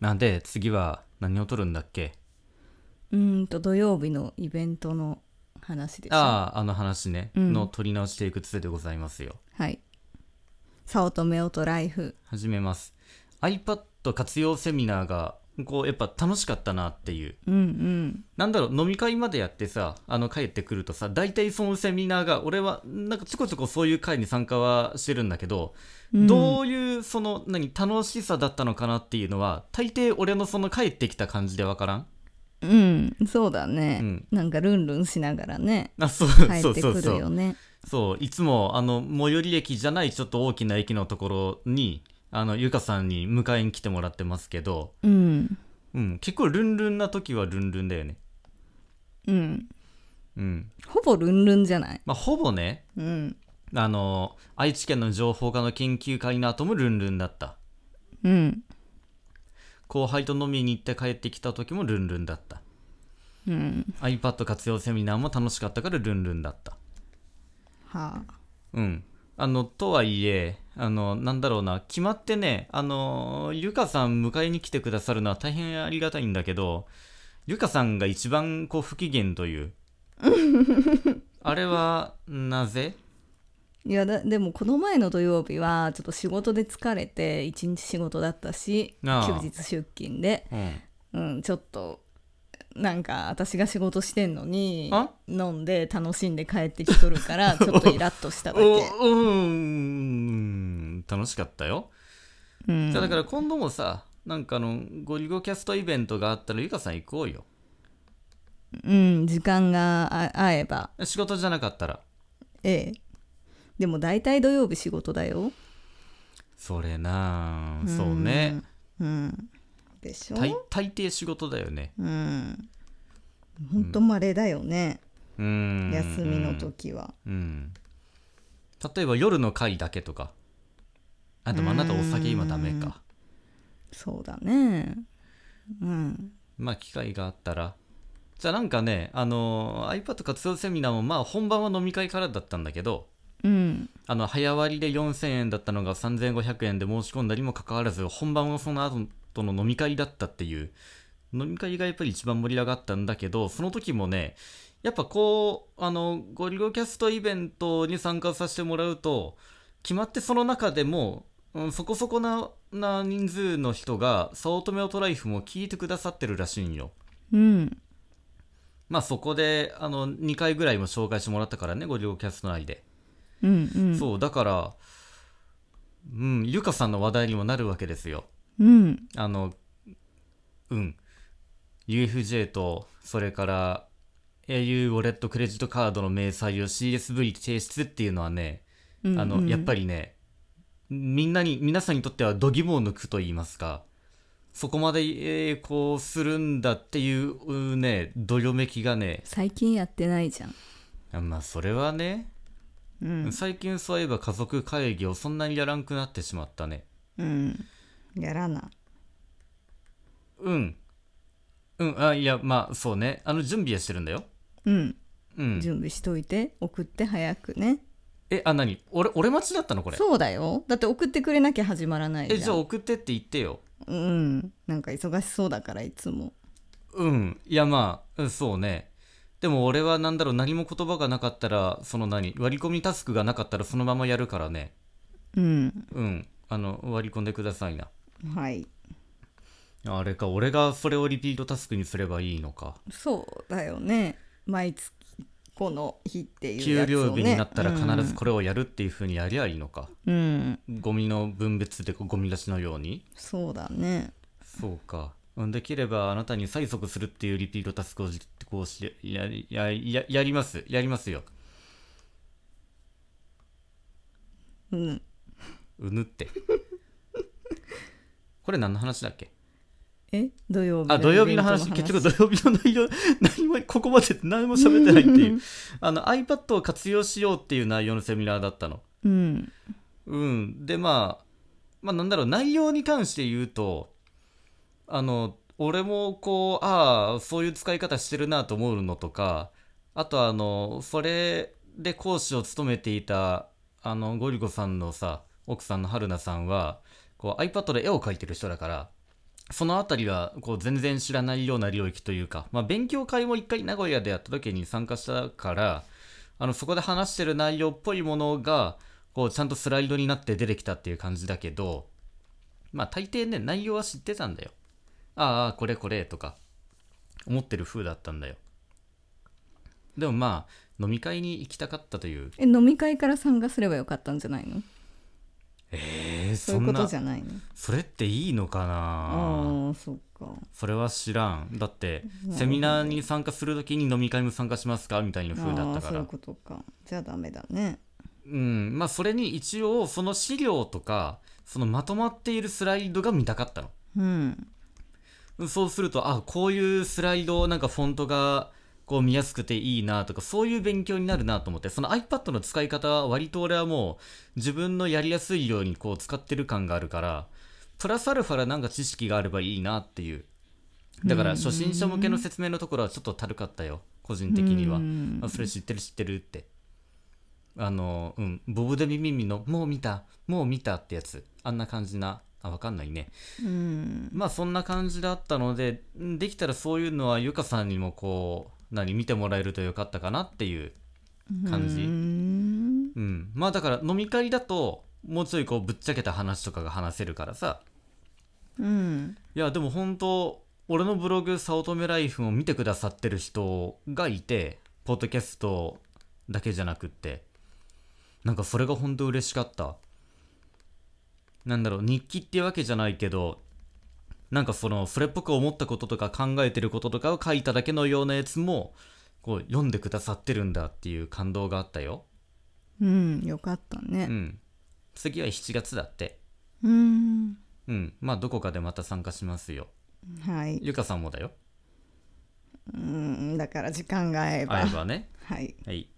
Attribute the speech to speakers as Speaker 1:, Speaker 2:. Speaker 1: なんで次は何を撮るんだっけ
Speaker 2: うーんと土曜日のイベントの話です
Speaker 1: あああの話ね、
Speaker 2: うん
Speaker 1: の撮り直していくつでございますよ
Speaker 2: はい早乙女オトライフ
Speaker 1: 始めます iPad 活用セミナーがこうやっぱ楽しかったなっていう
Speaker 2: うんうん
Speaker 1: なんだろう飲み会までやってさあの帰ってくるとさ大体そのセミナーが俺はなんかちょこちょこそういう会に参加はしてるんだけど、
Speaker 2: うん
Speaker 1: どういうその何楽しさだったのかなっていうのは大抵俺のその帰ってきた感じでわからん
Speaker 2: うんそうだね、
Speaker 1: うん
Speaker 2: なんかルンルンしながらね
Speaker 1: あそう
Speaker 2: 帰
Speaker 1: そう
Speaker 2: って
Speaker 1: そ
Speaker 2: く
Speaker 1: う
Speaker 2: る
Speaker 1: そう
Speaker 2: よね
Speaker 1: そういつもあの最寄り駅じゃないちょっと大きな駅のところにあのゆかさんに迎えに来てもらってますけど、
Speaker 2: うん
Speaker 1: うん、結構ルンルンな時はルンルンだよね
Speaker 2: うん
Speaker 1: うん
Speaker 2: ほぼルンルンじゃない
Speaker 1: まあほぼね
Speaker 2: うん
Speaker 1: あの愛知県の情報科の研究会の後もルンルンだった
Speaker 2: うん
Speaker 1: 後輩と飲みに行って帰ってきた時もルンルンだった
Speaker 2: うん
Speaker 1: iPad 活用セミナーも楽しかったからルンルンだった
Speaker 2: はあ
Speaker 1: うん。あの、とはいえ、あの、なんだろうな、決まってね、あの、ゆかさん迎えに来てくださるのは大変ありがたいんだけど、ゆかさんが一番こう不機嫌という。あれは、なぜ
Speaker 2: いやだでもこの前の土曜日はちょっと仕事で疲れて一日仕事だったし休
Speaker 1: ああ
Speaker 2: 日出勤で
Speaker 1: うん。
Speaker 2: うん、ちょっとなんか私が仕事してんのに
Speaker 1: あ
Speaker 2: 飲んで楽しんで帰ってきとるか らちょっとイラッとしただけ、
Speaker 1: お、うーん、楽しかったよ。
Speaker 2: うん
Speaker 1: じゃあだから今度もさ、なんかあの、ゴリゴキャストイベントがあったらゆかさん行こうよ。
Speaker 2: うん、時間があ合えば
Speaker 1: 仕事じゃなかったら。
Speaker 2: ええでも大体土曜日仕事だよ
Speaker 1: それなあそうね。
Speaker 2: うんでしょ
Speaker 1: 大大抵仕事だよね。
Speaker 2: うんほんとまれだよね、
Speaker 1: うん
Speaker 2: 休みの時は
Speaker 1: うん例えば夜の会だけとかあでもあなたお酒今ダメか
Speaker 2: そうだねうん
Speaker 1: まあ機会があったらじゃあなんかねあの iPad 活用セミナーもまあ本番は飲み会からだったんだけど
Speaker 2: うん
Speaker 1: あの早割りで4000円だったのが3500円で申し込んだにもかかわらず本番はその後との飲み会だったっていう飲み会がやっぱり一番盛り上がったんだけどその時もねやっぱこうあのゴリゴキャストイベントに参加させてもらうと決まってその中でも、うん、そこそこなな人数の人が「早乙女オトライフ」も聞いてくださってるらしいんよ
Speaker 2: うん
Speaker 1: まあそこであの2回ぐらいも紹介してもらったからねゴリゴキャスト内で
Speaker 2: うんうん
Speaker 1: そう、だから、うん、ゆかさんの話題にもなるわけですよ。
Speaker 2: うん
Speaker 1: あの、うん。UFJ と、それから、au ウォレットクレジットカードの明細を CSV に提出っていうのはね、
Speaker 2: うん
Speaker 1: あの、やっぱりね、みんなに、皆さんにとっては度肝を抜くと言いますか、そこまで、えーこうするんだっていううんね、どよめきがね、
Speaker 2: 最近やってないじゃん
Speaker 1: まあそれはね、
Speaker 2: うん
Speaker 1: 最近そういえば家族会議をそんなにやらんくなってしまったね。
Speaker 2: うんやらな
Speaker 1: うん。うん、あ、いや、まあ、そうね。あの、準備はしてるんだよ。
Speaker 2: うん
Speaker 1: うん。
Speaker 2: 準備しといて送って早くね
Speaker 1: え、あ、何俺、俺待ちだったのこれ。
Speaker 2: そうだよだって送ってくれなきゃ始まらないじゃ
Speaker 1: え、
Speaker 2: ん
Speaker 1: じゃあ送ってって言ってよ。
Speaker 2: うんなんか忙しそうだからいつも
Speaker 1: うん。いや、まあ、うんそうね。でも俺は何だろう、何も言葉がなかったら、その何、割り込みタスクがなかったらそのままやるからね。
Speaker 2: うん
Speaker 1: うん。あの、割り込んでくださいな。
Speaker 2: はい
Speaker 1: あれか、俺がそれをリピートタスクにすればいいのか。
Speaker 2: そうだよね毎月この日っていうや
Speaker 1: 給
Speaker 2: つを、ね、
Speaker 1: 料日になったら必ずこれをやるっていう風にやりゃいいのか。
Speaker 2: うん、うん
Speaker 1: ゴミの分別でゴミ出しのように。
Speaker 2: そうだね
Speaker 1: そうか。うんできればあなたに催促するっていうリピートタスクを実行して、やり、や、や、やります。やりますよ。
Speaker 2: うん
Speaker 1: うぬって。 これ何の話だっけ
Speaker 2: え土曜日
Speaker 1: あ、土曜日の話、結局土曜日の内容、何も、ここまで何も喋ってないって いう。あの、iPad を活用しようっていう内容のセミナーだったの。
Speaker 2: うん
Speaker 1: うん。で、まあ、まあなんだろう、内容に関して言うと、あの、俺もこう、ああ、そういう使い方してるなと思うのとか、あとあの、それで講師を務めていた、あの、ゴリゴさんのさ、奥さんの春菜さんは、こう iPad で絵を描いてる人だから、そのあたりはこう全然知らないような領域というか、まあ、勉強会も一回名古屋でやった時に参加したからあのそこで話してる内容っぽいものがこうちゃんとスライドになって出てきたっていう感じだけどまあ大抵ね内容は知ってたんだよああこれこれとか思ってる風だったんだよでもまあ飲み会に行きたかったという
Speaker 2: え飲み会から参加すればよかったんじゃないの
Speaker 1: えー、
Speaker 2: そ
Speaker 1: そ
Speaker 2: ういうんこと
Speaker 1: な
Speaker 2: じゃないの
Speaker 1: それっていいのか
Speaker 2: あ
Speaker 1: な
Speaker 2: あーそっか
Speaker 1: それは知らんだって
Speaker 2: うん
Speaker 1: セミナーに参加するときに飲み会も参加しますかみたいな風だっ
Speaker 2: ああ
Speaker 1: たか
Speaker 2: ーそうい
Speaker 1: ら
Speaker 2: うことかじゃあダメだね
Speaker 1: うんまあそれに一応その資料とかそのまとまっているスライドが見たかった
Speaker 2: うん
Speaker 1: のそうするとあこういうスライドなんかフォントがこう見やすくていいなとかそういう勉強になるなと思ってその iPad の使い方は割と俺はもう自分のやりやすいようにこう使ってる感があるからプラスアルファなんか知識があればいいなっていうだから初心者向けの説明のところはちょっとたるかったよ個人的には
Speaker 2: うん
Speaker 1: あそれ知ってる知ってるってあのうんボブ・デ・ミミミの「もう見たもう見た」ってやつあんな感じなあわかんないね
Speaker 2: うん
Speaker 1: まあそんな感じだったのでんできたらそういうのはゆかさんにもこう何見てもらえるとよかったかなっていう感じ
Speaker 2: うん
Speaker 1: うん、まあだから飲み会だともうちょいこうぶっちゃけた話とかが話せるからさ
Speaker 2: うん
Speaker 1: いやでも本当俺のブログ「早乙女ライフ」を見てくださってる人がいてポッドキャストだけじゃなくってなんかそれが本当嬉しかったなんだろう日記ってわけじゃないけどなんかそのそれっぽく思ったこととか考えてることとかを書いただけのようなやつもこう読んでくださってるんだっていう感動があったよ
Speaker 2: うんよかった
Speaker 1: う
Speaker 2: ね
Speaker 1: ん次は7月だって
Speaker 2: うん
Speaker 1: うんまあどこかでまた参加しますよ
Speaker 2: はい
Speaker 1: ゆかさんもだよ
Speaker 2: うんだから時間が合えば
Speaker 1: 会えばね
Speaker 2: はい
Speaker 1: はい